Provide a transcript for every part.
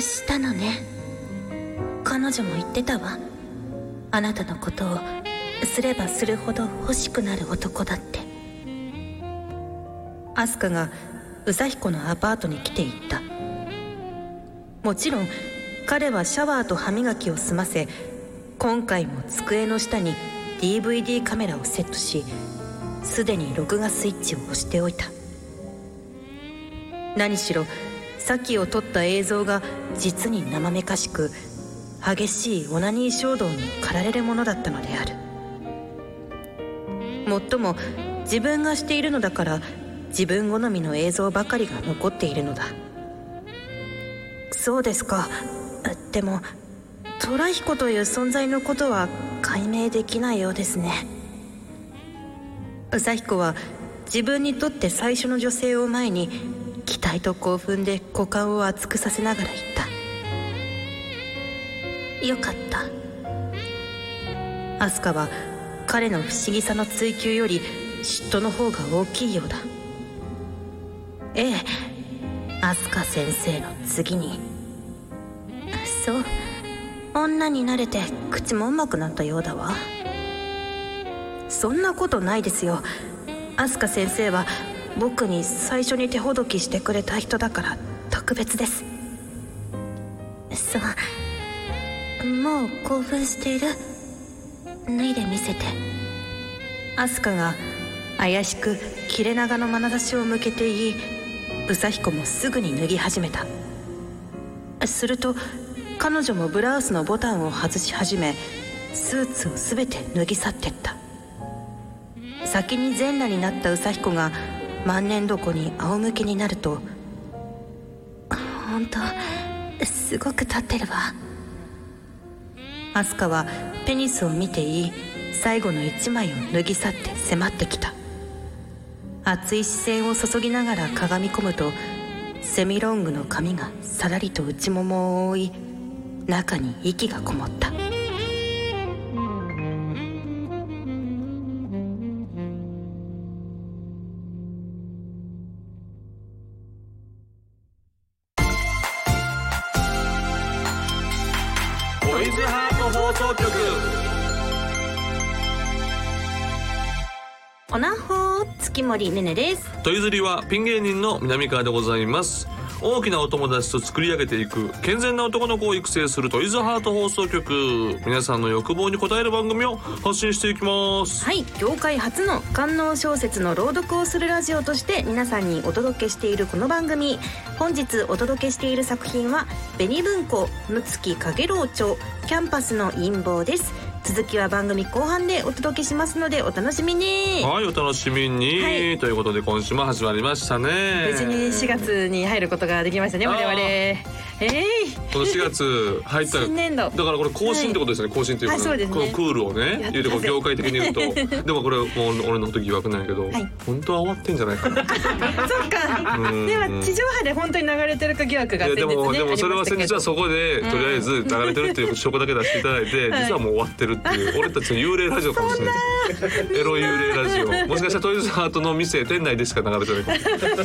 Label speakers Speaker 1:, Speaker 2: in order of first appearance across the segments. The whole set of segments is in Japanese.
Speaker 1: したのね彼女も言ってたわあなたのことをすればするほど欲しくなる男だってアスカが宇佐彦のアパートに来ていったもちろん彼はシャワーと歯磨きを済ませ今回も机の下に DVD カメラをセットしすでに録画スイッチを押しておいた何しろさっきを撮った映像が実に生めかしく激しいオナニー衝動に駆られるものだったのであるもっとも自分がしているのだから自分好みの映像ばかりが残っているのだそうですかでも虎彦という存在のことは解明できないようですね宇佐彦は自分にとって最初の女性を前に期待と興奮で股間を熱くさせながら言ったよかったアスカは彼の不思議さの追求より嫉妬の方が大きいようだええアスカ先生の次にそう女になれて口もうまくなったようだわそんなことないですよアスカ先生は僕に最初に手ほどきしてくれた人だから特別ですそうもう興奮している脱いで見せてアスカが怪しく切れ長の眼差しを向けて言い宇佐彦もすぐに脱ぎ始めたすると彼女もブラウスのボタンを外し始めスーツを全て脱ぎ去ってった先に全裸になった宇佐彦が万年床に仰向けになると本当すごく立ってるわアスカはペニスを見ていい最後の一枚を脱ぎ去って迫ってきた熱い視線を注ぎながらかがみ込むとセミロングの髪がさらりと内ももを覆い中に息がこもった
Speaker 2: トイズハート放送局
Speaker 1: おなほー月森ねねです
Speaker 2: トイズリはピン芸人の南川でございます大きなお友達と作り上げていく健全な男の子を育成するトイズハート放送局皆さんの欲望に応える番組を発信していきます
Speaker 1: はい業界初の官能小説の朗読をするラジオとして皆さんにお届けしているこの番組本日お届けしている作品は「紅文庫六月影楼町キャンパスの陰謀」です続きは番組後半でお届けしますのでお楽しみに
Speaker 2: はいお楽しみに、
Speaker 1: はい
Speaker 2: ということで今週も始まりましたね
Speaker 3: 無事に4月に入ることができましたね
Speaker 2: あ
Speaker 3: 我
Speaker 2: ー
Speaker 3: 々ええ
Speaker 2: この4月入った
Speaker 3: 新年度
Speaker 2: だからこれ更新ってことですね、更新っていうか、
Speaker 3: はいそうですね
Speaker 2: このクールをね
Speaker 3: やったぜ
Speaker 2: 言うとこう業界的に言う とでもこれもう俺のこと疑惑なんやけど、
Speaker 1: い
Speaker 2: 本当は終わってんじゃないかな
Speaker 3: ー、そっか
Speaker 2: うん
Speaker 3: では地上波で本当に流れてるか疑惑
Speaker 2: い
Speaker 3: が
Speaker 2: や
Speaker 3: 先
Speaker 2: で
Speaker 3: 日ね
Speaker 2: もで
Speaker 3: あ
Speaker 2: も
Speaker 3: り
Speaker 2: それ
Speaker 3: ま
Speaker 2: は
Speaker 3: した
Speaker 2: 先
Speaker 3: け
Speaker 2: 日
Speaker 3: ど
Speaker 2: はそこでとりあえず流れてるっていう証拠だけ出していただいて、
Speaker 3: はい
Speaker 2: 実はもう終わってるっていう俺たちの幽霊ラジオかもしれないエロ幽霊ラジオもしかしたらトイズハートの店店内でしか流れてないかもしれないは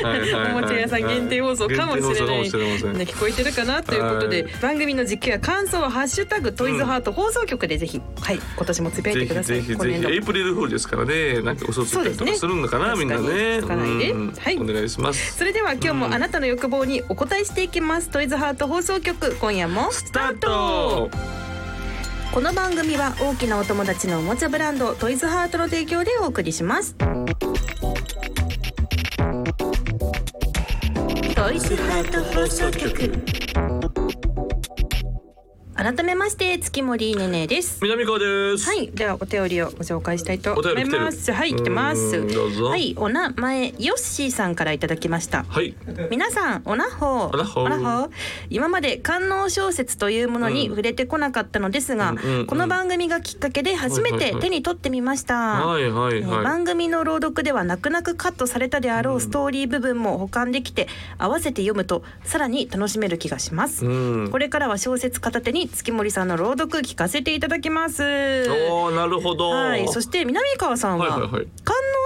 Speaker 2: いはいはいはい
Speaker 3: おもちゃ屋さん限定放送かもしれない
Speaker 2: 限定放送かもしれません
Speaker 3: ね聞こえてるかなということで、
Speaker 2: は
Speaker 3: 番組の実況や感想はハッシュタグトイズハート放送局でぜひ、はい今年もつぶやい
Speaker 2: ぜ
Speaker 3: て
Speaker 2: ひ
Speaker 3: ください
Speaker 2: ぜひ
Speaker 3: 今
Speaker 2: ぜ
Speaker 3: 年
Speaker 2: ひ
Speaker 3: 度
Speaker 2: エイプリルフールですからねなんか嘘ついたりとかするのかな、
Speaker 3: そう
Speaker 2: み
Speaker 3: です
Speaker 2: ん
Speaker 3: ね
Speaker 2: なね
Speaker 3: 確かに
Speaker 2: うん
Speaker 3: つかないではい
Speaker 2: お願いします
Speaker 3: それでは今日もあなたの欲望にお答えしていきます、トイズハート放送局今夜も
Speaker 2: スタート
Speaker 1: この番組は大きなお友達のおもちゃブランドトイズハートの提供でお送りしますトイズハート放送局改めまして月森ねねです
Speaker 2: 南川です
Speaker 3: はいではお手りをご紹介したいと
Speaker 2: お
Speaker 3: 思
Speaker 2: 便り
Speaker 3: い
Speaker 2: 来てる
Speaker 3: ますはい来てま
Speaker 2: う
Speaker 3: す
Speaker 2: んどうぞ
Speaker 3: はいお名前ヨッシーさんからいただきました
Speaker 2: はい
Speaker 3: 皆さんおなほ
Speaker 2: おなほ
Speaker 1: 今まで官能小説というものに
Speaker 2: うん
Speaker 1: 触れてこなかったのですが、
Speaker 2: うんうんうん
Speaker 1: この番組がきっかけで初め
Speaker 2: はいはい
Speaker 1: て
Speaker 2: はい
Speaker 1: 手に取ってみました、
Speaker 2: はいは
Speaker 1: え
Speaker 2: い
Speaker 1: ー
Speaker 2: はい
Speaker 1: 番組の朗読では泣く泣くカットされたであろうストーリー部分も保管できて合わせて読むとさらに楽しめる気がします、
Speaker 2: うん
Speaker 1: これからは小説片手に月森さんの朗読聞かせていただきます
Speaker 2: おーなるほど
Speaker 1: はい、そして南川さんは
Speaker 2: はい
Speaker 1: 官
Speaker 2: はいはい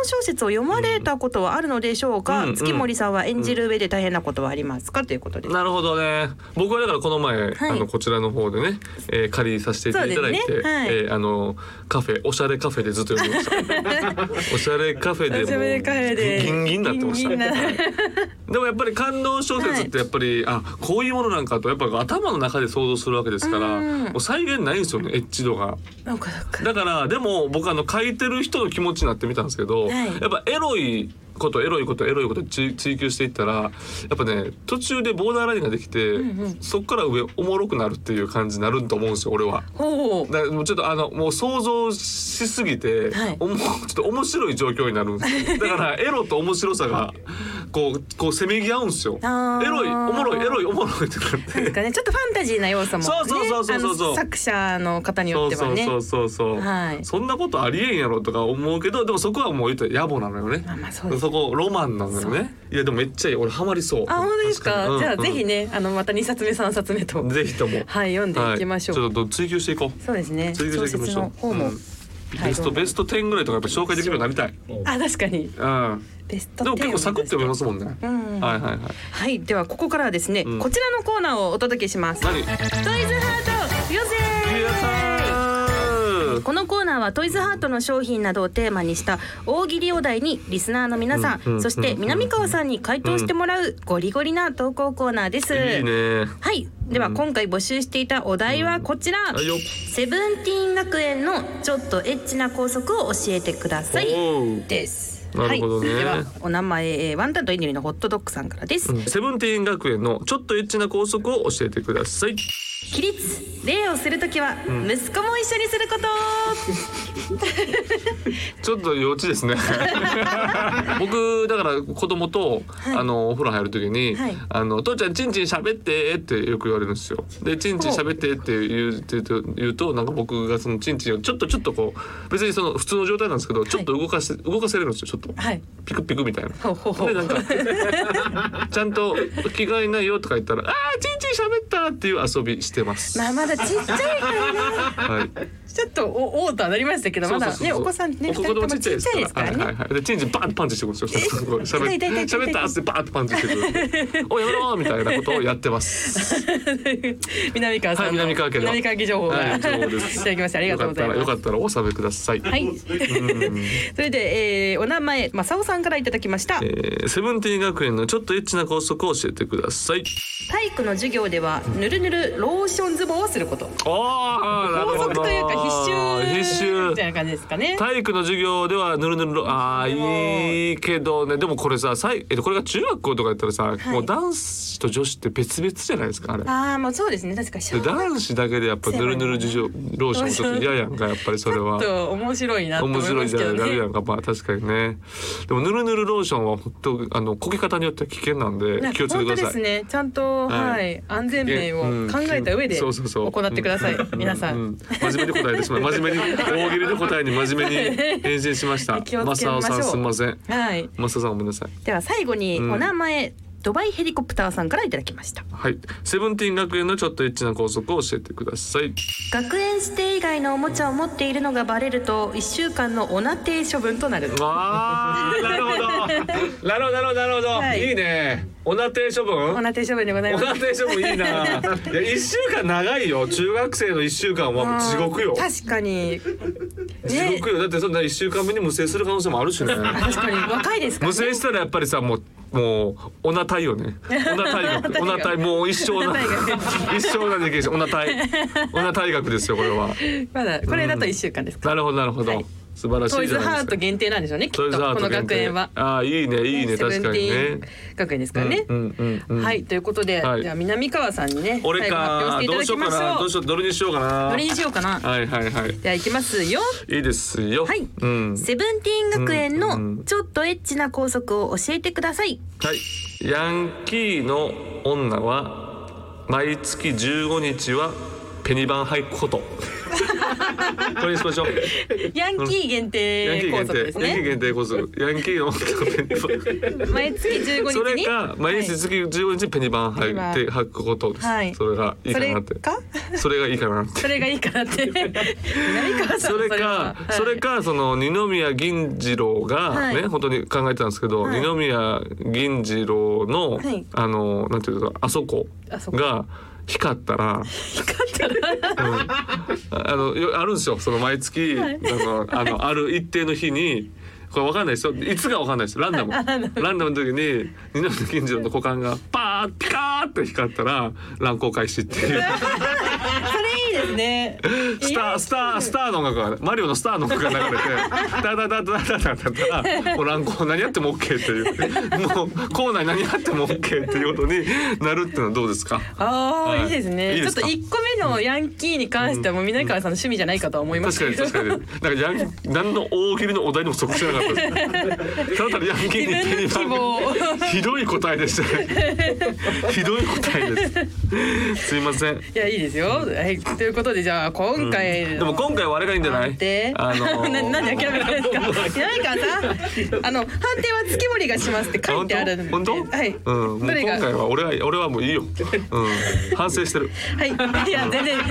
Speaker 1: 能小説を読まれたことはあるのでしょうか、
Speaker 2: うんうん
Speaker 1: 月森さんは演じる上で大変なことはありますか、ということです
Speaker 2: なるほどね僕はだからこの前、
Speaker 4: はい
Speaker 2: あのこちらの方でね、えー借りさせていただいて、
Speaker 1: そうですねはい
Speaker 2: えーあのカフェおしゃれカフェでずっと読んでま したおしゃれカフェで
Speaker 1: おしゃれカフェで
Speaker 2: ギンギンになってました
Speaker 1: ギンギンな
Speaker 2: でもやっぱり感動小説ってやっぱり、あこういうものなんかとやっぱ頭の中で想像するわけですから、
Speaker 1: うん
Speaker 2: もう再現ないんですよねエッジ度が。
Speaker 1: なんかなんか
Speaker 2: だからでも僕あの書いてる人の気持ちになってみたんですけど、
Speaker 1: はい
Speaker 2: やっぱエロいことエロいことエロいことち追求していったらやっぱね途中でボーダーラインができて、
Speaker 1: うんうん
Speaker 2: そっから上おもろくなるっていう感じになると思うんですよ俺は。
Speaker 1: ほう
Speaker 2: だからもうちょっとあのもう想像しすぎて、
Speaker 1: はい
Speaker 2: おもちょっと面白い状況になるんですよだからエロと面白さがこうこうせめぎ合うんですよエ
Speaker 1: あー
Speaker 2: ロいおもろいエロいおもろいってなっ
Speaker 1: な
Speaker 2: て
Speaker 1: んですかねちょっとファンタジーな要素も、ね、
Speaker 2: そうそうそうそうそうそう
Speaker 1: あの作者の方に
Speaker 2: そ
Speaker 1: よっ
Speaker 2: う
Speaker 1: て
Speaker 2: そ
Speaker 1: は
Speaker 2: う
Speaker 1: ね
Speaker 2: そうそうそう、
Speaker 1: はい
Speaker 2: そんなことありえんやろとか思うけどでもそこはもう言ったら野暮なのよね
Speaker 1: まあまあそうです
Speaker 2: そこロマンなのよねいやでもめっちゃいい俺ハマりそう
Speaker 1: あ本当ですか、
Speaker 2: 確
Speaker 1: じゃ
Speaker 2: に
Speaker 1: あ
Speaker 2: うんうん
Speaker 1: ぜひねあのまた二冊目三冊目と
Speaker 2: ぜひとも
Speaker 1: はい読んでいきましょう、
Speaker 2: はい、ちょっと追求していこう
Speaker 1: そうですね
Speaker 2: 追求
Speaker 1: 小
Speaker 2: していきま
Speaker 1: 説
Speaker 2: しょう
Speaker 1: の方も、
Speaker 2: うんベストベスト10ぐらいとかやっぱ紹介できるようになりたい
Speaker 1: あ確かに
Speaker 2: うん
Speaker 1: ベスト
Speaker 2: でも結構サクッと読めますすもんね
Speaker 1: うん
Speaker 2: はいはいはい
Speaker 1: はいではここからはですね、
Speaker 2: うん
Speaker 1: こちらのコーナーをお届けしますトイ
Speaker 2: 何
Speaker 1: ズハートよ
Speaker 2: ピア
Speaker 1: せ
Speaker 2: さん
Speaker 4: このコーナーはトイズハートの商品などをテーマにした大喜利お題にリスナーの皆さん、
Speaker 2: うんうん
Speaker 4: そして南川さんに回答してもらうゴリゴリな投稿コーナーです。
Speaker 2: いいね
Speaker 4: はい、では今回募集していたお題はこちら、
Speaker 2: はいよ
Speaker 4: セブンティーン学園のちょっとエッチな校則を教えてください
Speaker 2: おう
Speaker 1: です
Speaker 2: なるほどね
Speaker 1: はい、ではお名前えーワンタンとインデリのホットドッグさんからです、
Speaker 2: うんセブンティーン学園のちょっとエッチな校則を教えてください
Speaker 4: 起立礼をするときは息子も一緒にする こと、
Speaker 2: ちょっと幼 稚ですね僕だから子供と、あのお風呂入る時に、
Speaker 4: はい
Speaker 2: あの父ちゃんチンチン喋ってってよく言われるんですよでチンチン喋ってって言うって言うと言うとなんか僕がそのチンチンをちょっとちょっとこう別にその普通の状態なんですけど、ちょっと動かして動かせれるんですよちょっと
Speaker 1: はい
Speaker 2: ピクピクみたいな
Speaker 1: ほうほうほう
Speaker 2: で なんかちゃんと着替えないよとか言ったらあーチンチン喋ったっていう遊びしてます、
Speaker 1: まあまだちっちゃいからね
Speaker 2: はい
Speaker 1: ちょっとおおーとはなりましたけどまだねお子さんね
Speaker 2: お
Speaker 1: 二
Speaker 2: 子
Speaker 1: 人
Speaker 2: 供
Speaker 1: ともち
Speaker 2: ちっ
Speaker 1: っ
Speaker 2: ち
Speaker 1: ち
Speaker 2: ゃ
Speaker 1: ゃい
Speaker 2: いで
Speaker 1: ですす
Speaker 2: か
Speaker 1: からら
Speaker 2: はい
Speaker 1: ね
Speaker 2: はいはいでチンチンバンパンチしてくるんですよ喋っ
Speaker 1: 痛い痛い痛い痛い
Speaker 2: 喋った汗バーンってパンチしてくるおいやめろみたいなことをやってます
Speaker 1: 南川さんの
Speaker 2: はい南川家の
Speaker 1: 南川家情報が、
Speaker 2: は
Speaker 1: い、
Speaker 2: い情
Speaker 1: た
Speaker 2: 報
Speaker 1: だ
Speaker 2: です
Speaker 1: きましてありがとうございます
Speaker 2: よかったらよかったらお納めください
Speaker 1: はい。 それで、えー、お名前、まさおさんからいただきました
Speaker 2: え。ーセブンティーン学園のちょっとエッチな校則を教えてください
Speaker 1: 体育の授業では、ぬるぬるローションズボンをすること。
Speaker 2: ああな
Speaker 1: 法
Speaker 2: るほ
Speaker 1: 則
Speaker 2: ど
Speaker 1: というか、必修。
Speaker 2: 必
Speaker 1: み
Speaker 2: 修
Speaker 1: たいな感じですかね。
Speaker 2: 体育の授業ではぬるぬるろああいいけどねでもこれささいえこれが中学校とかやったらさ、もう男子と女子って別々じゃないですかあれ
Speaker 1: ああ、もうそうですね、確かに。ち
Speaker 2: で
Speaker 1: ょ
Speaker 2: 男子だけでやっぱぬるぬる授業ローションちょっと嫌やんかやっぱりそれは
Speaker 1: っ。と面白いなと思い
Speaker 2: 面白
Speaker 1: ま
Speaker 2: い
Speaker 1: す
Speaker 2: じ
Speaker 1: け
Speaker 2: ゃ
Speaker 1: ど
Speaker 2: ない、あるや
Speaker 1: ね。
Speaker 2: んか、まあ、確かにね。でも、ぬるぬるローションは、本当、あの、こけ方によっては危険なんで、気をつけ
Speaker 1: 本
Speaker 2: てく
Speaker 1: 当
Speaker 2: だ
Speaker 1: で
Speaker 2: さい。
Speaker 1: すね。ちゃんと、
Speaker 2: は
Speaker 1: はいい、安全面を考えた上で
Speaker 2: うんそうそうそう
Speaker 1: 行ってください。皆さ。
Speaker 2: うんん真面目に答えてしまい、真面目に、大喜利の答えに真面目 に返信しました。
Speaker 1: 気をつけ
Speaker 2: マ
Speaker 1: ましょう
Speaker 2: サオさん、すみません。
Speaker 1: はい。
Speaker 2: マサオさん、ごめんなさい。
Speaker 1: では最後に
Speaker 2: うん
Speaker 1: お名前、ドバイヘリコプターさんからいただきました。
Speaker 2: はい、セブンティーン学園のちょっとエッチな校則を教えてください。
Speaker 4: 学園指定以外のおもちゃを持っているのがバレると1週間のおなて処分となる
Speaker 2: ああ、なるほど。なるほど、なるほど、なるほど、
Speaker 1: はい
Speaker 2: い、いね。おなて処分。
Speaker 1: おなて処分でござい
Speaker 2: お
Speaker 1: ます。
Speaker 2: なて処分いい な。いや、一週間長いよ。中学生の一週間はもう地獄よ。
Speaker 1: 確かに。
Speaker 2: 地獄よ。だってそんな一週間目に無制する可能性もあ るしね。
Speaker 1: 確かに若いですから
Speaker 2: 無
Speaker 1: ね。
Speaker 2: 制したらやっぱりさ、もう。もうオナタイよね。オナタイ 学、オナタイもう一生
Speaker 1: オ
Speaker 2: な
Speaker 1: ナタイ
Speaker 2: 一生なできるし、オナタイ、 オナタイ学ですよこれは。
Speaker 1: まだこれだと一週間ですか。
Speaker 2: なるほどなるほど、
Speaker 1: はい
Speaker 2: 素晴らし
Speaker 1: ト
Speaker 2: い
Speaker 1: イ
Speaker 2: じ
Speaker 1: ズ
Speaker 2: ゃな
Speaker 1: ハ
Speaker 2: い
Speaker 1: ー
Speaker 2: で
Speaker 1: ト
Speaker 2: すか。
Speaker 1: 限定なんでしょうね。きっと
Speaker 2: トイズハー
Speaker 1: こ
Speaker 2: ト
Speaker 1: の
Speaker 2: 限
Speaker 1: 学
Speaker 2: 定
Speaker 1: 園は。
Speaker 2: ああいいねいいね確かにね。
Speaker 1: 学園ですからね。
Speaker 2: うんうんうんうん
Speaker 1: はいということで、
Speaker 2: はい
Speaker 1: じゃあ南川さんにね
Speaker 2: 俺か
Speaker 1: 最後
Speaker 2: どう
Speaker 1: 発
Speaker 2: しよう
Speaker 1: 表し
Speaker 2: か
Speaker 1: ていただ
Speaker 2: な
Speaker 1: きまし
Speaker 2: どう
Speaker 1: ょ
Speaker 2: しようどれにしようか
Speaker 1: う。
Speaker 2: な
Speaker 1: どれ。にしようかな。
Speaker 2: はいはいはい。
Speaker 1: ではいきますよ。
Speaker 2: いいですよ。
Speaker 4: はい
Speaker 2: うん。
Speaker 4: セブンティーン学園
Speaker 2: うんう
Speaker 4: のちょっとエッチな校則を教えてください
Speaker 2: はい。ヤンキーの女は毎月15日はペニバン履くこと。 これにしましょう。
Speaker 1: ヤンキー限
Speaker 2: ヤンキ
Speaker 1: 定
Speaker 2: ー
Speaker 1: 校
Speaker 2: 限
Speaker 1: 則
Speaker 2: 定、
Speaker 1: です
Speaker 2: ヤンキー
Speaker 1: ね
Speaker 2: 限定高速、ヤンキーの
Speaker 1: 毎月15
Speaker 2: そ
Speaker 1: 日
Speaker 2: れ
Speaker 1: に
Speaker 2: か毎日月15日ペニバン
Speaker 1: ペニバン
Speaker 2: 履いて履くことです、
Speaker 1: はい
Speaker 2: それがいい
Speaker 1: そ
Speaker 2: か
Speaker 1: れ
Speaker 2: なって
Speaker 1: か
Speaker 2: それがいいかなって
Speaker 1: それがいいからって南川さん
Speaker 2: それか
Speaker 1: は
Speaker 2: それかその二宮銀次郎が
Speaker 1: はい
Speaker 2: ね本当に考えてたんですけど
Speaker 1: はい
Speaker 2: 二宮銀次郎の
Speaker 1: はい
Speaker 2: あのなんていうかあそこ
Speaker 1: あそこ
Speaker 2: が光ったら
Speaker 1: 光ったら
Speaker 2: あのよあるんですよその毎月
Speaker 1: はい
Speaker 2: あのあのある一定の日にこれわかんないですよいつかわかんないですランダムランダムの時に二宮金次郎の股間がパーッピカーって光ったら乱交開始っ ていう
Speaker 1: それいいですね
Speaker 2: スタースタースターの音楽がマリオのスターの音楽が流れてダダダダダダダダダもう乱交何やっても OK っていうもう校内何やっても OK っていうことになるっていうのはどうですか
Speaker 1: ああ、
Speaker 2: はい
Speaker 1: い、いですね
Speaker 2: いいですか
Speaker 1: ちょっと一個目のヤンキーに関してはもう南川さんの趣味じゃないかとは思いま
Speaker 2: 確
Speaker 1: す
Speaker 2: かに確かになんかヤン何の大喜利のお題にも即してなかったですただただヤンキーに手に
Speaker 1: 自分の 希望を
Speaker 2: ひどい答えでしたねひどい答えですすいません
Speaker 1: いやいいですよ、はい、ということでじゃあ今回の、
Speaker 2: でも今回はあれがいいんじゃない
Speaker 1: 判定
Speaker 2: あの
Speaker 1: な なんで諦めたんですか南川さんあの判定は月森がしますって書いてあるんで
Speaker 2: 本当本当
Speaker 1: はい、
Speaker 2: うん、もう
Speaker 1: ど
Speaker 2: 今
Speaker 1: れが
Speaker 2: 回は俺は俺 はもういいよ、うん、反省してる
Speaker 1: はいいや全然全然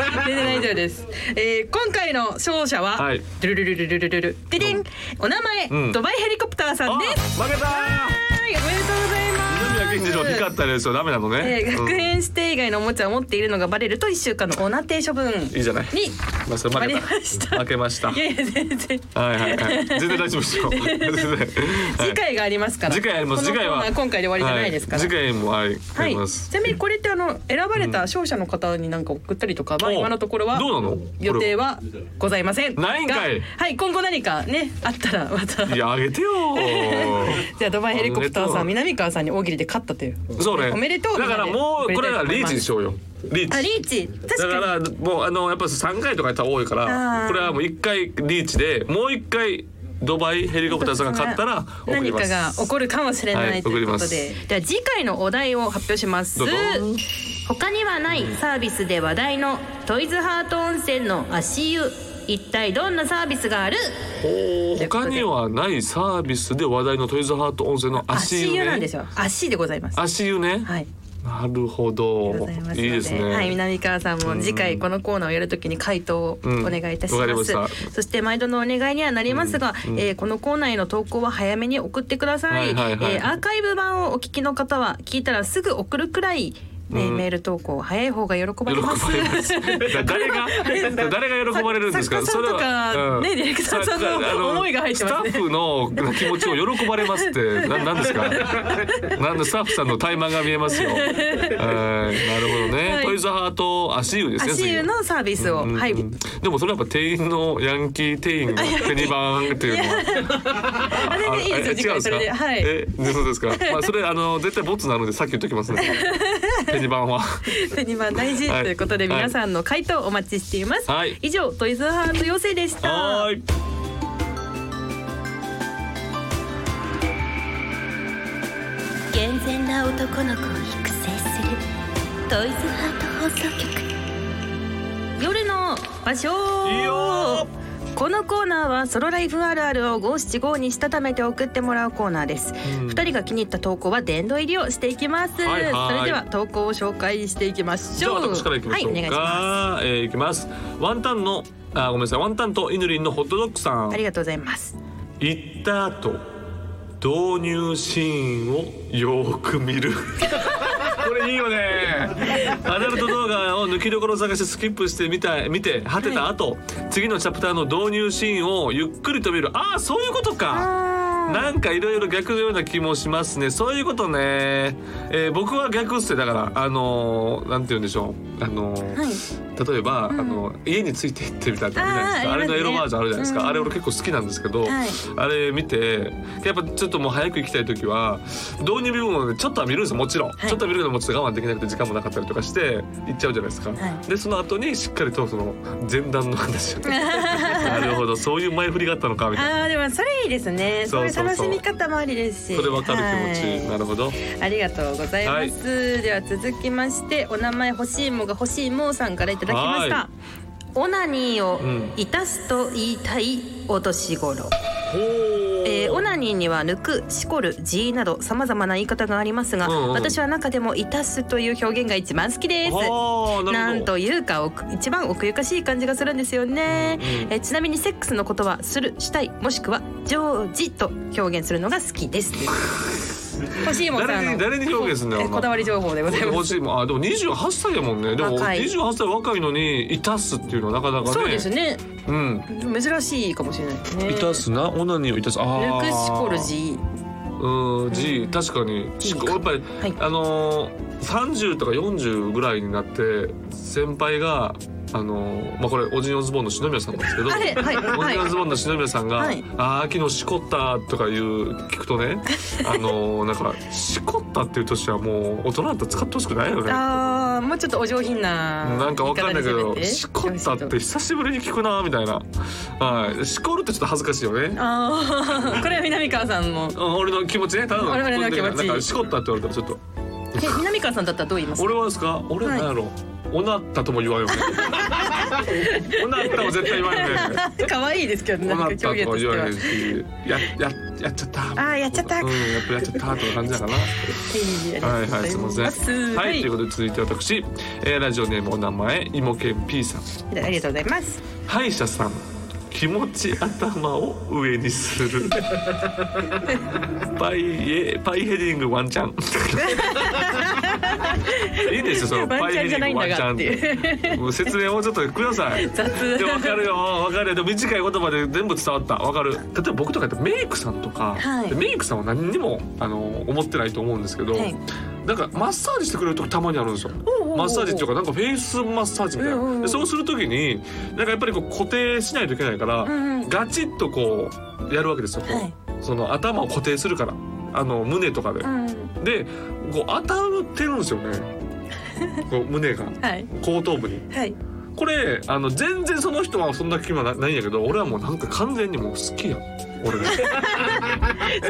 Speaker 1: 大丈夫です、えー、今回の勝者は、
Speaker 2: はい
Speaker 1: ルルルルルルルルディディンお名前、
Speaker 2: うん
Speaker 1: ドバイヘリコプターさん
Speaker 2: あ
Speaker 1: です
Speaker 2: 負けた
Speaker 1: はいおめでとうございます
Speaker 2: 二宮健次郎光ったですよダメなのね、
Speaker 1: えー学園指定以外のおもちゃを持っているのがバレると1週間のオナテ処分
Speaker 2: うん、いいじゃない
Speaker 1: に
Speaker 2: まあそれ負けた
Speaker 1: 決まりました
Speaker 2: 負けました
Speaker 1: いやいや全然
Speaker 2: はいはいはい全然大丈夫で すよ全然はい
Speaker 1: 次回がありますから、
Speaker 2: 次回あります
Speaker 1: この
Speaker 2: 次回は
Speaker 1: コーナー今回で終わりじゃないですから、
Speaker 2: はい、次回もはい
Speaker 1: は
Speaker 2: あ
Speaker 1: い
Speaker 2: りま
Speaker 1: ち
Speaker 2: す、
Speaker 1: なみにこれってあの選ばれた勝者の方になんか送ったりとか、まあ
Speaker 2: お
Speaker 1: 今のところは
Speaker 2: どうなのこれは
Speaker 1: 予定はございません
Speaker 2: ないんかい
Speaker 1: がはい今後何かねあったらまた
Speaker 2: い、やあげてよ ー
Speaker 1: じゃあドバイヘリコプターさ
Speaker 2: お
Speaker 1: ん
Speaker 2: め
Speaker 1: 南川さんに大喜利で勝ったという
Speaker 2: そうね
Speaker 1: おめでとう
Speaker 2: だからもうこれはリーチにしようよリー
Speaker 1: あ
Speaker 2: チ
Speaker 1: リーチ確
Speaker 2: だか
Speaker 1: から
Speaker 2: もうあのやっぱ3回とかやったら多いか
Speaker 1: あ
Speaker 2: ら
Speaker 1: ー
Speaker 2: これはもう1回リーチでもう1回ドバイヘリコプターさんが勝ったら送り
Speaker 1: 何
Speaker 2: ま
Speaker 1: かが
Speaker 2: す
Speaker 1: 起こるかもしれない、
Speaker 2: はい
Speaker 1: というこ
Speaker 2: 送
Speaker 1: と
Speaker 2: り
Speaker 1: ででは次回のお題を発表します
Speaker 2: どうぞ
Speaker 4: 他にはないサービスで話題のトイズハート温泉の足湯一体どんなサービスがある
Speaker 2: ほう他にはないサービスで話題のトイズハート温泉の足
Speaker 1: 足
Speaker 2: 湯
Speaker 1: 湯なんで
Speaker 2: ね
Speaker 1: すよ足でございます
Speaker 2: 足湯ね、
Speaker 1: はい
Speaker 2: なるほど
Speaker 1: ございますので
Speaker 2: いいですね、
Speaker 1: はい、南川さんも次回このコーナーをやるときに回答をお願いいたし
Speaker 2: うんわか
Speaker 1: ま。
Speaker 2: りますした
Speaker 1: そして毎度のお願いにはなりますが、えーこのコーナーへの投稿は早めに送ってください。
Speaker 2: はいはいはい
Speaker 1: えーアーカイブ版をお聞きの方は聞いたらすぐ送るくらい。ねメール投稿早い方が喜 ばれます。
Speaker 2: 喜ばれますだ誰が誰が喜ばれるんですか。
Speaker 1: 作家さんとか
Speaker 2: うん
Speaker 1: ねディレクターさんの
Speaker 2: 作家あ
Speaker 1: 思いが入ってますね
Speaker 2: スタッフの気持ちを喜ばれますってななんです か。なんでスタッフさんの怠慢が見えますよ。はいなるほどね。
Speaker 1: はい
Speaker 2: トイズハート足湯ですね。
Speaker 1: 足湯のサービスを、
Speaker 2: 次は。
Speaker 1: はい。
Speaker 2: うんうんでもそれはやっぱ店員のヤンキー店員がペニバーンっていうの は。
Speaker 1: あ
Speaker 2: あ
Speaker 1: れでいいですよ。次
Speaker 2: え違う
Speaker 1: 回
Speaker 2: ん
Speaker 1: それで、はい。
Speaker 2: え、そうですか。まあそれあの絶対ボツなのでさっき言っと きますね。ペニバンは。
Speaker 1: ペニマン大事と
Speaker 2: はい
Speaker 1: いうことで、
Speaker 2: はい
Speaker 1: 皆さんの回答お待ちしています。
Speaker 2: はい
Speaker 1: 以上、トイズハート妖精でした。
Speaker 2: はーい。
Speaker 4: 健全な男の子を育成するトイズハート放送局
Speaker 1: 夜の場所
Speaker 2: いいよ
Speaker 1: このコーナーはソロライフあるあるを五七五にしたためて送ってもらうコーナーです。二、人が気に入った投稿は殿堂入りをしていきます。
Speaker 2: はいはい
Speaker 1: それでは投稿を紹介していきまし
Speaker 2: じゃあ
Speaker 1: ょう。
Speaker 2: 私からいきましょう
Speaker 1: は
Speaker 2: か。
Speaker 1: い、お願いしま
Speaker 2: えーいきます。ワンタンのあごめんなさい。ワンタンとイヌリンのホットドッグさ
Speaker 1: す。
Speaker 2: ん
Speaker 1: あ。りがとうござい ます。
Speaker 2: 行った後導入シーンをよーく見 る。これいいよね。 アダルト動画を抜きどころ探してスキップしてみた見て果てた後、次のチャプターの導入シーンをゆっくりと見る。ああそういうことか。なんかいろいろ逆のような気もしますね。そういうことね。えー僕は逆っすよだから、あのーなんて言うんでしょう。あのー
Speaker 1: はい
Speaker 2: 例えば、あの家について行ってみたいなのあるじゃないで
Speaker 1: あー
Speaker 2: すかあ
Speaker 1: あ
Speaker 2: れ
Speaker 1: りますね
Speaker 2: のエロバージョンあるじゃないですか、
Speaker 1: うん
Speaker 2: あれ俺結構好きなんですけど、
Speaker 1: はい
Speaker 2: あれ見てやっぱちょっともう早く行きたい時は導入部分をねちょっとは見るんですよもちろん、
Speaker 1: い
Speaker 2: ちょっとは見るけどもちょっと我慢できなくて時間もなかったりとかして行っちゃうじゃないですか、
Speaker 1: はい
Speaker 2: でその後にしっかりとその前段の話をね なるほどそういう前振りがあったのかみたいな
Speaker 1: ああ、でもそれいいですね。
Speaker 2: そ
Speaker 1: そうう
Speaker 2: そうそう
Speaker 1: いう楽しみ方もありですし。
Speaker 2: それ分かる気持ち、
Speaker 1: はい
Speaker 2: なるほど
Speaker 1: ありがとうございます、では続きましてお名前欲しいもが欲しいもうさんからいただきました
Speaker 2: は
Speaker 1: オナニーを
Speaker 2: うん
Speaker 1: いたすと言いたいお年頃、
Speaker 2: ほー
Speaker 1: えーオナニーには抜くしこるじーなどさまざまな言い方がありますが、
Speaker 2: うんうん
Speaker 1: 私は中でも「いたす」という表現が一番好きです。
Speaker 2: はーな
Speaker 1: な
Speaker 2: る
Speaker 1: ん
Speaker 2: ほど
Speaker 1: というか奥一番奥ゆかしい感じがするんですよね、
Speaker 2: うん
Speaker 1: えーちなみにセックスのことは「する」「したい」もしくは「常時」と表現するのが好きです欲しいもん
Speaker 2: 誰に誰に表現すん だ
Speaker 1: え
Speaker 2: よ
Speaker 1: ーこだわり情報でございま
Speaker 2: 欲
Speaker 1: す
Speaker 2: しいもんあでも28歳やもんねでも
Speaker 1: 若い
Speaker 2: 28歳若いのに「いたす」っていうのはなかなかね
Speaker 1: そうですね
Speaker 2: うん
Speaker 1: 珍しいかもしれないですね
Speaker 2: いたすなオナニーをいたすあ
Speaker 1: 抜
Speaker 2: ー
Speaker 1: くしこるじ
Speaker 2: うん G 確かにしこやっぱり、
Speaker 1: はい
Speaker 2: あのー30とか40ぐらいになって先輩があのーまあこれおじいおズボンの篠宮さんなんですけど
Speaker 1: あれはい
Speaker 2: オ
Speaker 1: は
Speaker 2: ニ
Speaker 1: い
Speaker 2: オンズボンの篠宮さんが「
Speaker 1: はい
Speaker 2: ああ昨日しこった」とかいう聞くと ねあのーなんか「しこった」っていう年はもう大人だったら使ってほしくないよね。
Speaker 1: あーもうちょっとお上品な
Speaker 2: なんかわかんないけど「しこった」って久しぶりに聞くなみたいな、はい、しこるってちょっと恥ずかしいよね。
Speaker 1: ああ これは南川さんも
Speaker 2: うん俺の気持ちねただの
Speaker 1: 我々の気持ち
Speaker 2: なんかしこったって言われたらちょっと
Speaker 1: え南川さんだったらどう言いますか
Speaker 2: 俺はですか俺なんやろ、おなったとも言わんよねおなったは絶対言わんよね
Speaker 1: 可愛いですけど
Speaker 2: お
Speaker 1: ね
Speaker 2: な
Speaker 1: な
Speaker 2: っ
Speaker 1: ん
Speaker 2: た
Speaker 1: か
Speaker 2: と
Speaker 1: 表現
Speaker 2: も
Speaker 1: としては
Speaker 2: 言わへんしやややっちゃったあ
Speaker 1: あーやっちゃった
Speaker 2: うんやっぱやっちゃったって感じだからなはいはいすいません
Speaker 1: は
Speaker 2: はいいということで続いて私、えーラジオネームお名前いもけん P さん
Speaker 1: ありがとうございます
Speaker 2: 歯医者さん気持ち頭を上にするパイえパイヘディングワ ンチャンいいですよその
Speaker 1: ワ
Speaker 2: パ
Speaker 1: ン
Speaker 2: イ
Speaker 1: チ
Speaker 2: ヘ
Speaker 1: ャン
Speaker 2: デ
Speaker 1: じ
Speaker 2: ィ
Speaker 1: ゃな
Speaker 2: ン
Speaker 1: いん
Speaker 2: グワ
Speaker 1: だ
Speaker 2: ンチ
Speaker 1: が
Speaker 2: ャン
Speaker 1: っ
Speaker 2: ってて
Speaker 1: いう
Speaker 2: もう説明をちょっとください
Speaker 1: 雑
Speaker 2: でも分かるよ分かるよでも短い言葉で全部伝わった分かる例えば僕とかやってメイクさんとか、
Speaker 1: はい
Speaker 2: でメイクさんは何にもあの思ってないと思うんですけど、
Speaker 1: はい
Speaker 2: なんかマッサージしてくれる時たまにあるんですよ
Speaker 1: おうおうおう
Speaker 2: マッサージっていうかなんかフェイスマッサージみたいな、
Speaker 1: うんうんうん
Speaker 2: でそうする時になんかやっぱりこう固定しないといけないから、
Speaker 1: うんうん
Speaker 2: ガチッとこうやるわけですよ、こう
Speaker 1: はい
Speaker 2: その頭を固定するからあの胸とかで、
Speaker 1: うん
Speaker 2: でこう当たってるんですよねこう胸が
Speaker 1: はい
Speaker 2: 後頭部に。
Speaker 1: はい
Speaker 2: これあの全然その人はそんな気はなないんやけど俺はもうなんか完全にもう好きや 俺が
Speaker 1: そ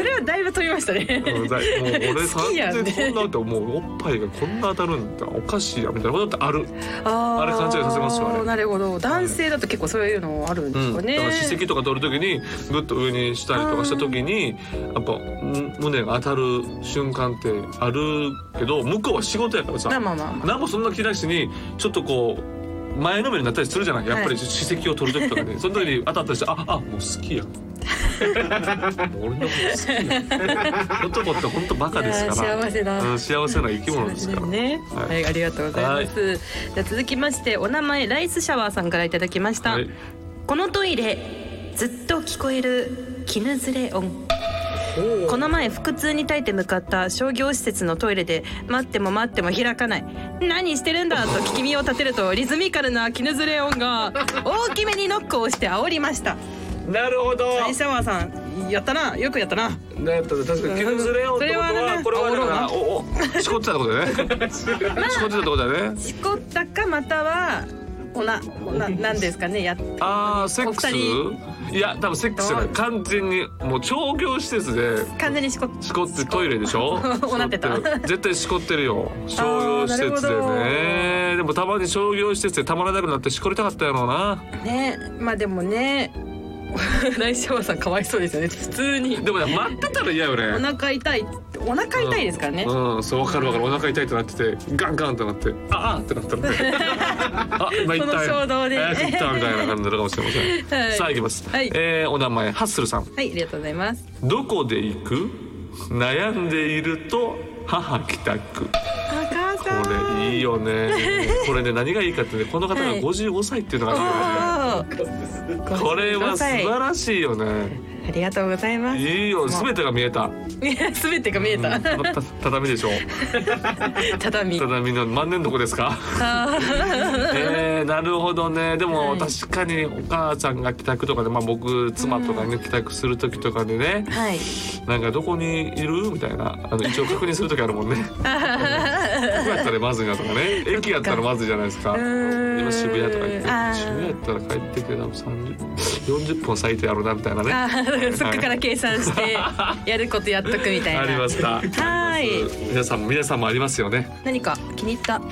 Speaker 1: れはだいぶ飛びましたね
Speaker 2: うんだいもう俺
Speaker 1: 好きやね
Speaker 2: 完全にこんなってもうおっぱいがこんな当たるんだおかしいやみたいなことってある、
Speaker 1: あー
Speaker 2: あれ勘違いさせますよあれ
Speaker 1: なるほど男性だと結構そういうのあるん
Speaker 2: う
Speaker 1: です
Speaker 2: ん、
Speaker 1: か
Speaker 2: だか
Speaker 1: ね
Speaker 2: ら歯石とか取る時にグッと上にしたりとかした時にやっぱん胸が当たる瞬間ってあるけど向こうは仕事やからさ
Speaker 1: まあまあまあまあ
Speaker 2: 何もそんな気なしにちょっとこう前のめりになったりするじゃないやっぱり歯石を取る時とか ねその時に当たったりして「ああもう好きや」もう俺のこと好きや男って本当バカですか
Speaker 1: いやー
Speaker 2: ら
Speaker 1: 幸せだ
Speaker 2: うん、幸せな生き物ですから
Speaker 1: そうね、
Speaker 2: は
Speaker 1: はいい、ありがとうございます。じゃあ続きましてお名前ライスシャワーさんからいただきました。
Speaker 2: はい
Speaker 1: このトイレずっと聞こえる絹ずれ音。この前腹痛に耐えて向かった商業施設のトイレで待っても待っても開かない何してるんだと聞き耳を立てるとリズミカルな絹ずれ音が大きめにノックをして煽りました
Speaker 2: なるほど
Speaker 1: ライスシャワーさんやったなよくやったな
Speaker 2: だったら確かに削ずれようってこと
Speaker 1: それは
Speaker 2: は
Speaker 1: ね
Speaker 2: これはだか
Speaker 1: 煽
Speaker 2: らおおしこってたってことだよねしこってたってことだよね
Speaker 1: しこったかまたはおなおななんですかねやっ
Speaker 2: あーセック
Speaker 1: お
Speaker 2: スいや多分セックスじゃない完全にもう商業施設で
Speaker 1: 完全にしこっ
Speaker 2: しこってトイレでしょ
Speaker 1: おなってた
Speaker 2: しこる絶対しこってるよ商業施設
Speaker 1: あ
Speaker 2: で
Speaker 1: ーな
Speaker 2: ねでもたまに商業施設でたまらなくなってしこりたかったやろうな
Speaker 1: ねまあでもね 来シャワーさんかわいそうですよね普通に
Speaker 2: でもね待ってたら嫌よ
Speaker 1: お
Speaker 2: ね
Speaker 1: 腹痛いお腹痛いですからね、
Speaker 2: うん、そう分かる分かるお腹痛いってなっててガンガンってなってああってなっ たらねあ今一体
Speaker 1: その衝動で
Speaker 2: あーったみたいな感じになるかもしれません、
Speaker 1: はい
Speaker 2: さあいきます、
Speaker 1: はい
Speaker 2: えーお名前ハッスルさん
Speaker 1: はいありがとうございます
Speaker 2: どこで行く悩んでいると母帰宅
Speaker 1: 高
Speaker 2: こ
Speaker 1: さん
Speaker 2: れいいよねこれね何がいいかってねこの方が
Speaker 1: はい
Speaker 2: 55歳っていうのがあ
Speaker 1: お
Speaker 2: るよね、
Speaker 1: ー
Speaker 2: これは素晴
Speaker 1: あ
Speaker 2: らしいよね
Speaker 1: りがとうございます
Speaker 2: いいよ全てが見えた、うん
Speaker 1: すべてが見えた、
Speaker 2: たた畳でしょ
Speaker 1: 畳
Speaker 2: 畳の万年床ですか
Speaker 1: あ
Speaker 2: えー、なるほどねでも、
Speaker 1: はい
Speaker 2: 確かにお母さんが帰宅とかで、まあ、僕妻とかね、帰宅する時とかでね
Speaker 1: ーはい
Speaker 2: なんかどこにいるみたいなあの一応確認する時あるもんねここやったらまずいなとかね駅やったらまずいじゃないですか
Speaker 1: うーん
Speaker 2: 今渋谷とか行って
Speaker 1: あー
Speaker 2: 渋谷やったら帰ってきて多分30 40分は最低やろうなみたいなね
Speaker 1: あーそっから計算してやることやっとくみたいな
Speaker 2: ありました。
Speaker 1: はい
Speaker 2: 皆さんも皆さんもありますよね。
Speaker 1: 何か気に入ったはご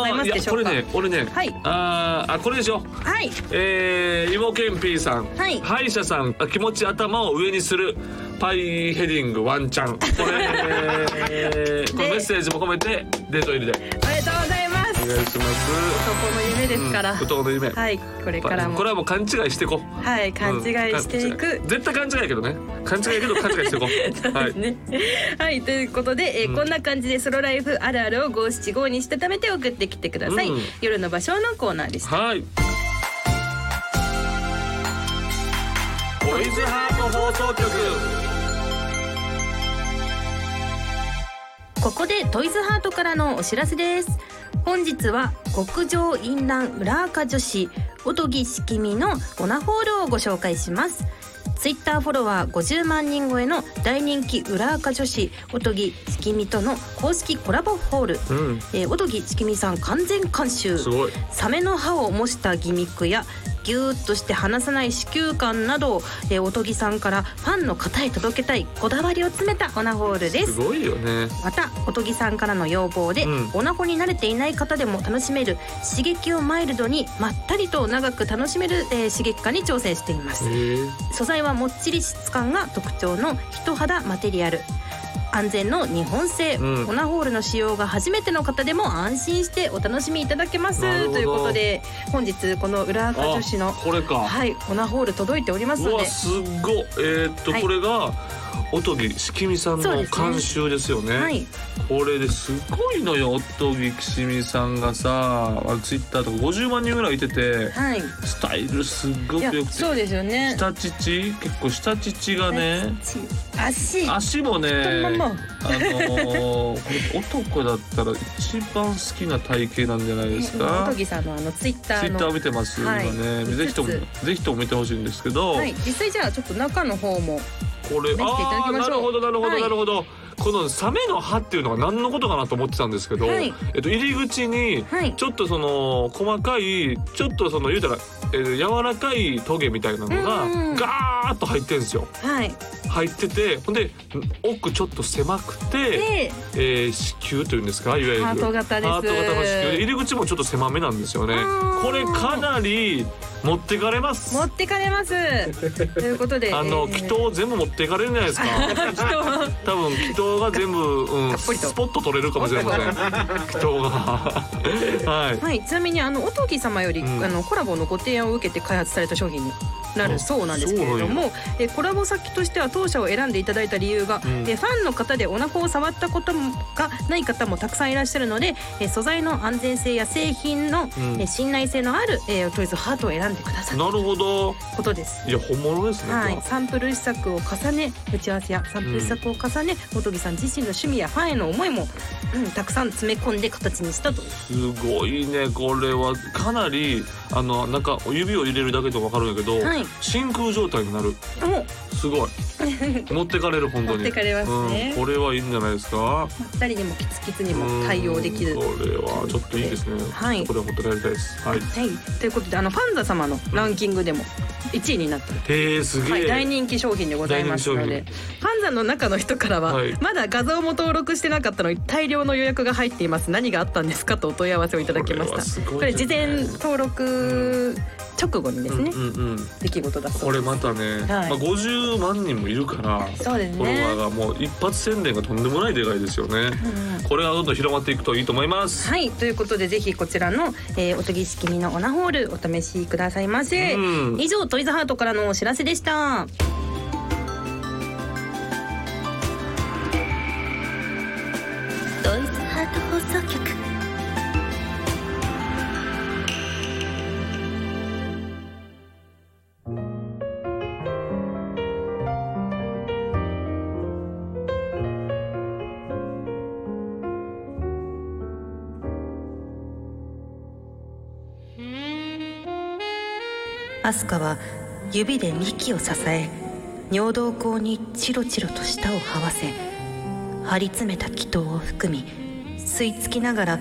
Speaker 2: あ
Speaker 1: ざいま
Speaker 2: あ、
Speaker 1: すでしょ
Speaker 2: こ
Speaker 1: う
Speaker 2: れ
Speaker 1: か
Speaker 2: ね、俺ね、
Speaker 1: はい
Speaker 2: あーあ、これでしょ。
Speaker 1: はい
Speaker 2: えー、イモケンピーさん、
Speaker 1: はい
Speaker 2: 歯医者さんあ気持ち頭を上にするパイヘディングワンチャンこ れこのメッセージも込めてデート入り
Speaker 1: おめで
Speaker 2: で
Speaker 1: とうございます
Speaker 2: お願いします
Speaker 1: 男の夢ですから、
Speaker 2: うん男の夢、
Speaker 1: はいこれからも
Speaker 2: これはもう勘違いしていこう
Speaker 1: はい勘違いしてい
Speaker 2: うん
Speaker 1: く
Speaker 2: 勘違い、絶対勘違いやけどね勘違いやけど勘違いしていこう
Speaker 1: そうですね。はい、ということで、えー
Speaker 2: うん
Speaker 1: こんな感じでソロライフあるあるを五七五にしたためて送ってきてください。
Speaker 2: うん
Speaker 1: 夜の場所のコーナーでした。
Speaker 2: はいはいボイズハート放送局
Speaker 1: ここでトイズハートからのお知らせです。本日は極上淫乱裏垢女子おとぎしきみのオナホールをご紹介します。ツイッターフォロワー50万人超えの大人気裏垢女子おとぎしきみとの公式コラボホール。
Speaker 2: うん
Speaker 1: えー、おとぎしきみさん完全監修。
Speaker 2: すごい
Speaker 1: サメの歯を模したギミックやギューッとして離さない子宮感などを、えーおとぎさんからファンの方へ届けたいこだわりを詰めたオナホールです
Speaker 2: すごいよね
Speaker 1: またおとぎさんからの要望で、
Speaker 2: うん
Speaker 1: おなほに慣れていない方でも楽しめる刺激をマイルドにまったりと長く楽しめる、えー刺激化に挑戦しています
Speaker 2: へえ
Speaker 1: 素材はもっちり質感が特徴の人肌マテリアル安全の日本製、
Speaker 2: うん
Speaker 1: オナホールの使用が初めての方でも安心してお楽しみいただけますと
Speaker 2: なるほど
Speaker 1: いうことで本日この裏垢女子の
Speaker 2: あこれか、
Speaker 1: はいオナホール届いております
Speaker 2: う
Speaker 1: の
Speaker 2: わ
Speaker 1: です
Speaker 2: っごいえーっと、
Speaker 1: はい
Speaker 2: これがおとぎしきみさん
Speaker 1: そう
Speaker 2: の
Speaker 1: ですね
Speaker 2: 監修ですよね
Speaker 1: はい
Speaker 2: これですごいのよおとぎしみさんがさツイッターとか50万人ぐらいいてて
Speaker 1: はい
Speaker 2: スタイルすっご
Speaker 1: い
Speaker 2: く
Speaker 1: や
Speaker 2: 良くて
Speaker 1: そうですよね
Speaker 2: 下乳結構下乳がね
Speaker 1: ち足
Speaker 2: 足もね
Speaker 1: 太もも
Speaker 2: あのー、これ男だったら一番好きな体型なんじゃないです
Speaker 1: お
Speaker 2: か
Speaker 1: とぎさんのあのツイッタ
Speaker 2: ツイ
Speaker 1: ー
Speaker 2: ッター
Speaker 1: の
Speaker 2: 見てます、
Speaker 1: はい
Speaker 2: 今ね
Speaker 1: 見つつ
Speaker 2: ぜひともぜひとも見てほしいんですけど、
Speaker 1: はい実際じゃあちょっと中の方も
Speaker 2: これ
Speaker 1: 見せていただ
Speaker 2: あ
Speaker 1: き
Speaker 2: あー
Speaker 1: ま
Speaker 2: な
Speaker 1: し
Speaker 2: る
Speaker 1: ょう
Speaker 2: ほどなるほど、
Speaker 1: はい
Speaker 2: なるほどこのサメの歯っていうのが何のことかなと思ってたんですけど、
Speaker 1: はい
Speaker 2: えっと、入り口に
Speaker 1: はい
Speaker 2: ちょっとその細かいちょっとその言うたら、えー柔らかいトゲみたいなのが
Speaker 1: うんうん
Speaker 2: ガーッと入ってんですよ
Speaker 1: はい
Speaker 2: 入っててほんで奥ちょっと狭くて、
Speaker 1: で
Speaker 2: えー子宮というんですかいわゆる
Speaker 1: ハート型です
Speaker 2: ハート型の子宮で入り口もちょっと狭めなんですよね
Speaker 1: あー
Speaker 2: これかなり持ってかれます
Speaker 1: 持ってかれます ということで
Speaker 2: あの祈祷全部持っていかれるんじゃないです か多分祈祷が全部、うん、
Speaker 1: っぽりと
Speaker 2: スポット取れるかもしれません祈祷が はい
Speaker 1: はい、ちなみにあのおとぎ様より、
Speaker 2: うん
Speaker 1: あのコラボのご提案を受けて開発された商品にな
Speaker 2: あ
Speaker 1: るそうなんですけれ
Speaker 2: そ
Speaker 1: ど
Speaker 2: うなん
Speaker 1: もえコラボ先としては当社を選んでいただいた理由が、
Speaker 2: うん
Speaker 1: えファンの方でお腹を触ったこともがない方もたくさんいらっしゃるのでえ素材の安全性や製品の、
Speaker 2: うん
Speaker 1: え信頼性のある、えとりあえずハートを選んでください
Speaker 2: なるほど
Speaker 1: ことです。
Speaker 2: いや本物ですね、
Speaker 1: はい、
Speaker 2: こ
Speaker 1: サンプル試作を重ね打ち合わせやサンプル試作を重ねおとぎさん自身の趣味やファンへの思いも、うん、たくさん詰め込んで形にしたと
Speaker 2: れすごいねこれはかなりあのなんか指を入れるだけでも分かるんやけど、
Speaker 1: はい
Speaker 2: 真空状態になる
Speaker 1: もう
Speaker 2: すごい持ってかれる本当
Speaker 1: 持
Speaker 2: に
Speaker 1: ってかれますね
Speaker 2: うん、これはいいんじゃないですか
Speaker 1: 二人にもキツキツにも対応できる。
Speaker 2: うん
Speaker 1: は
Speaker 2: これはちょっといいですね、
Speaker 1: はい
Speaker 2: これは持って帰りたいですはい
Speaker 1: い、ということであのファンザ様のランキングでも1位になった、
Speaker 2: へえすげえ、
Speaker 1: はい、大人気商品でございますの
Speaker 2: 大
Speaker 1: で
Speaker 2: 人
Speaker 1: ファンザの中の人からは、
Speaker 2: はい
Speaker 1: まだ画像も登録してなかったのに大量の予約が入っています何があったんですかとお問い合わせをいただきました
Speaker 2: これはすごいですね
Speaker 1: これ事前登録直後にですね、
Speaker 2: うんうんうん
Speaker 1: 出来事だそ
Speaker 2: こ
Speaker 1: う
Speaker 2: れ
Speaker 1: です
Speaker 2: またね、
Speaker 1: はい
Speaker 2: まあ、50万人もいるから
Speaker 1: そうです
Speaker 2: フォロワ
Speaker 1: ね、
Speaker 2: ーがもう一発宣伝がとんでもないでかいですよね、
Speaker 1: うん
Speaker 2: これがどんどん広まっていくといいと思います、
Speaker 1: はいということでぜひこちらの、えー、おとぎしきみのオナホールお試しくださいませ、
Speaker 2: うん
Speaker 1: 以上トイズハートからのお知らせでした
Speaker 4: ドイツハート放送局アスカは指で幹を支え尿道口にチロチロと舌を這わせ張り詰めた気筒を含み吸い付きながら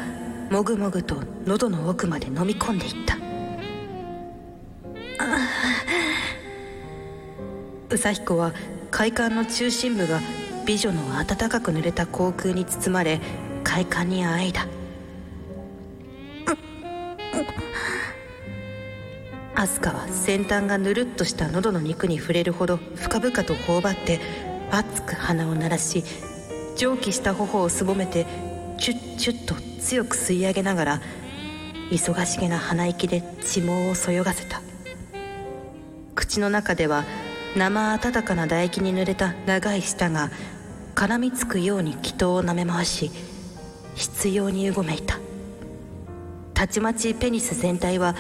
Speaker 4: もぐもぐと喉の奥まで飲み込んでいったああ
Speaker 1: 宇佐彦は快感の中心部が美女の暖かく濡れた口腔に包まれ快感にあえいだアスカは先端がぬるっとした喉の肉に触れるほど深々と頬張って熱く鼻を鳴らし蒸気した頬をすぼめてチュッチュッと強く吸い上げながら忙しげな鼻息で血毛をそよがせた口の中では生温かな唾液に濡れた長い舌が絡みつくように祈祷を舐め回し執拗にうごめいたたちまちペニス全体は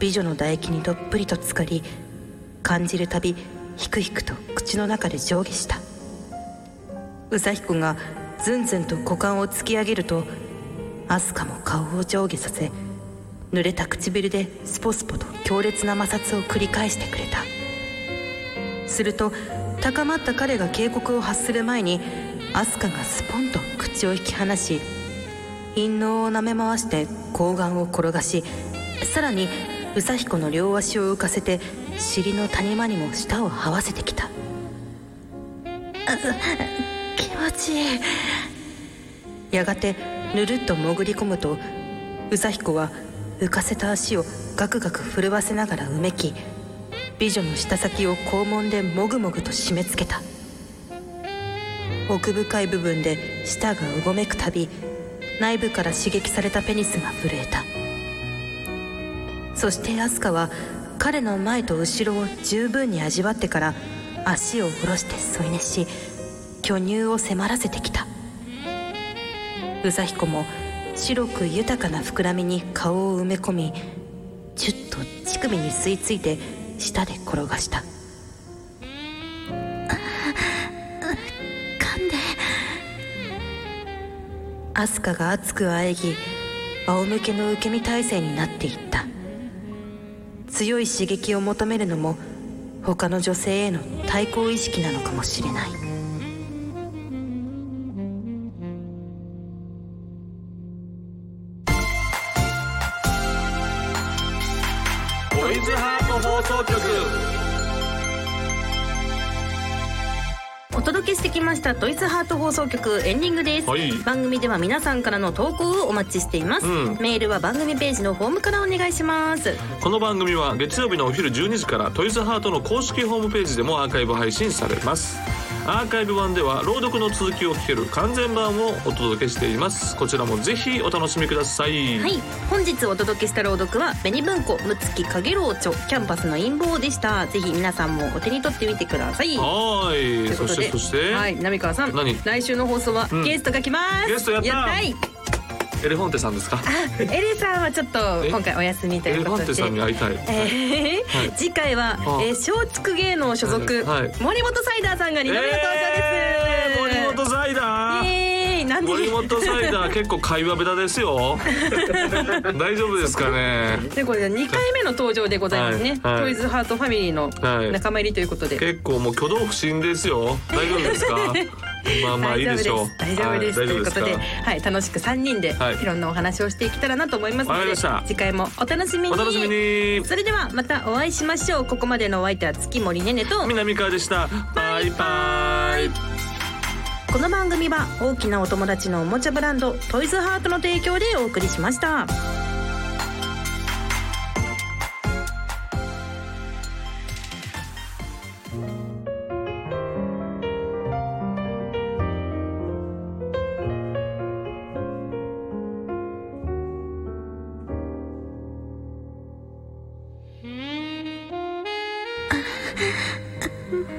Speaker 1: 美女の唾液にどっぷりと浸かり感じるたびひくひくと口の中で上下した宇佐彦がずんずんと股間を突き上げるとアスカも顔を上下させ濡れた唇でスポスポと強烈な摩擦を繰り返してくれたすると高まった彼が警告を発する前にアスカがスポンと口を引き離し陰嚢を舐め回して睾丸を転がしさらに宇佐彦の両足を浮かせて尻の谷間にも舌を這わせてきた気持ちいいやがてぬるっと潜り込むと宇佐彦は浮かせた足をガクガク震わせながらうめき美女の舌先を肛門でもぐもぐと締め付けた奥深い部分で舌がうごめくたび内部から刺激されたペニスが震えたそしてアスカは彼の前と後ろを十分に味わってから足を下ろして添い寝し巨乳を迫らせてきた宇佐彦も白く豊かな膨らみに顔を埋め込みチュッと乳首に吸い付いて舌で転がした
Speaker 5: 噛んで
Speaker 1: アスカが熱くあえぎ仰向けの受け身体制になっていった強い刺激を求めるのも他の女性への対抗意識なのかもしれない
Speaker 2: トイズハート放送局
Speaker 6: お届けしてきましたドイツハート放送局エンディングです、
Speaker 2: はい
Speaker 6: 番組では皆さんからの投稿をお待ちしています、
Speaker 2: うん
Speaker 6: メールは番組ページのホームからお願いします
Speaker 2: この番組は月曜日のお昼12時からトイズハートの公式ホームページでもアーカイブ配信されますアーカイブ版では朗読の続きを聞ける完全版をお届けしていますこちらもぜひお楽しみください、
Speaker 6: はい本日お届けした朗読は紅文庫むつきかげろう著キャンパスの陰謀でしたぜひ皆さんもお手に取ってみてください
Speaker 2: はーい
Speaker 6: という
Speaker 2: そ
Speaker 6: こと
Speaker 2: し
Speaker 6: で
Speaker 2: てそして、
Speaker 6: はい浪川さん
Speaker 2: 何
Speaker 6: 来週の放送は
Speaker 2: うん
Speaker 6: ゲストが来ます、
Speaker 2: ゲストやった
Speaker 6: い
Speaker 2: エレフォンテさんですか
Speaker 6: あエレさんはちょっと
Speaker 2: え
Speaker 6: 今回お休みと
Speaker 2: エ
Speaker 6: い
Speaker 2: レ
Speaker 6: う
Speaker 2: フ
Speaker 6: こ
Speaker 2: ォン
Speaker 6: と
Speaker 2: テ
Speaker 6: で
Speaker 2: さんに会いたい、
Speaker 6: えー
Speaker 2: はい
Speaker 6: 次回は
Speaker 2: あ
Speaker 6: えー松竹芸能所属、
Speaker 2: はい
Speaker 6: 森本サイダーさんが二度目の登場です、
Speaker 2: えー森本サイダー
Speaker 6: イエーイなんで
Speaker 2: 森本サイダー結構会話ベタですよ 大丈夫ですかね
Speaker 6: でこれ2回目の登場でございますね、
Speaker 2: はいはい
Speaker 6: トイズハートファミリーの
Speaker 2: はい
Speaker 6: 仲間入りということで、
Speaker 2: 結構もう挙動不審ですよ大丈夫ですかまあまあいいでしょう
Speaker 6: 大丈夫です。
Speaker 2: は
Speaker 6: ということで、
Speaker 2: 大丈夫です
Speaker 6: はい、楽しく三人で
Speaker 2: はい
Speaker 6: いろんなお話をしていけたらなと思いますの
Speaker 2: わかり
Speaker 6: で、
Speaker 2: ました
Speaker 6: 次回もお楽しみ
Speaker 2: かお楽しみに
Speaker 6: それではまたお会いしましょう。ここまでのお相手は月森ねねと、
Speaker 2: 南川でしたバイバイ
Speaker 6: この番組は大きなお友達のおもちゃブランドトイズハートの提供でお送りしました。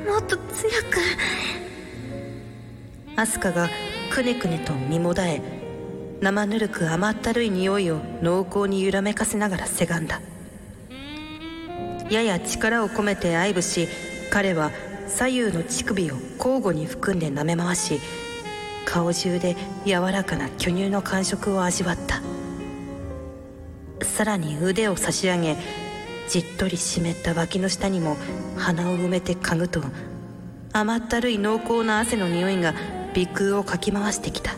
Speaker 5: もっと強く
Speaker 1: アスカがくねくねと身もだえ生ぬるく甘ったるい匂いを濃厚に揺らめかせながらせがんだやや力を込めて愛撫し彼は左右の乳首を交互に含んで舐め回し顔中で柔らかな巨乳の感触を味わったさらに腕を差し上げじっとり湿った脇の下にも鼻を埋めて嗅ぐと甘ったるい濃厚な汗の匂いが鼻腔をかき回してきた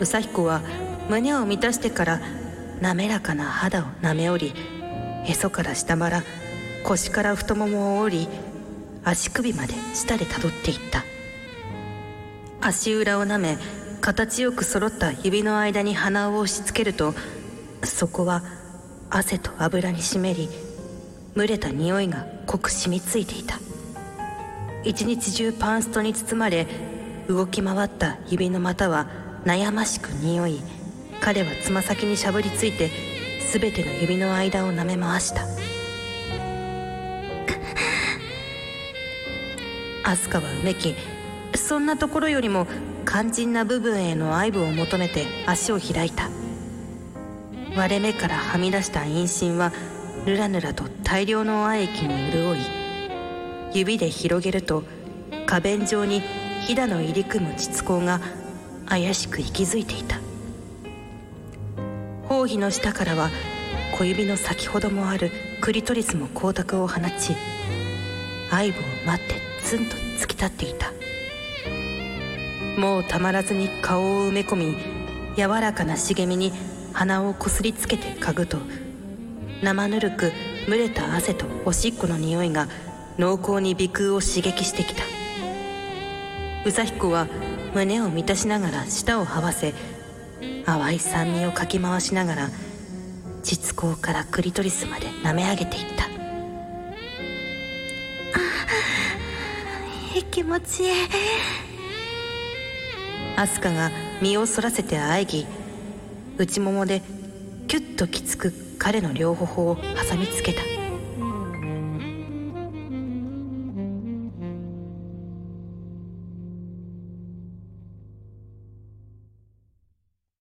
Speaker 1: 宇佐彦は胸を満たしてから滑らかな肌を舐め下りへそから下腹腰から太ももを折り足首まで舌でたどっていった足裏を舐め形よく揃った指の間に鼻を押し付けるとそこは汗と油に湿り蒸れた匂いが濃く染みついていた一日中パンストに包まれ動き回った指の股は悩ましく匂い彼はつま先にしゃぶりついて全ての指の間を舐め回したアスカはうめきそんなところよりも肝心な部分への愛撫を求めて足を開いた割れ目からはみ出した陰唇はぬらぬらと大量の愛液に潤い指で広げると花弁状に飛騨の入り組む膣口が怪しく息づいていた包皮の下からは小指の先ほどもあるクリトリスも光沢を放ち愛撫を待ってツンと突き立っていたもうたまらずに顔を埋め込み柔らかな茂みに鼻をこすりつけて嗅ぐと生ぬるく蒸れた汗とおしっこの匂いが濃厚に鼻腔を刺激してきた宇佐彦は胸を満たしながら舌を這わせ淡い酸味をかき回しながら膣口からクリトリスまで舐め上げていった
Speaker 7: 気持ちいい
Speaker 1: アスカが身を反らせてあえぎ内ももでキュッときつく彼の両頬を挟みつけた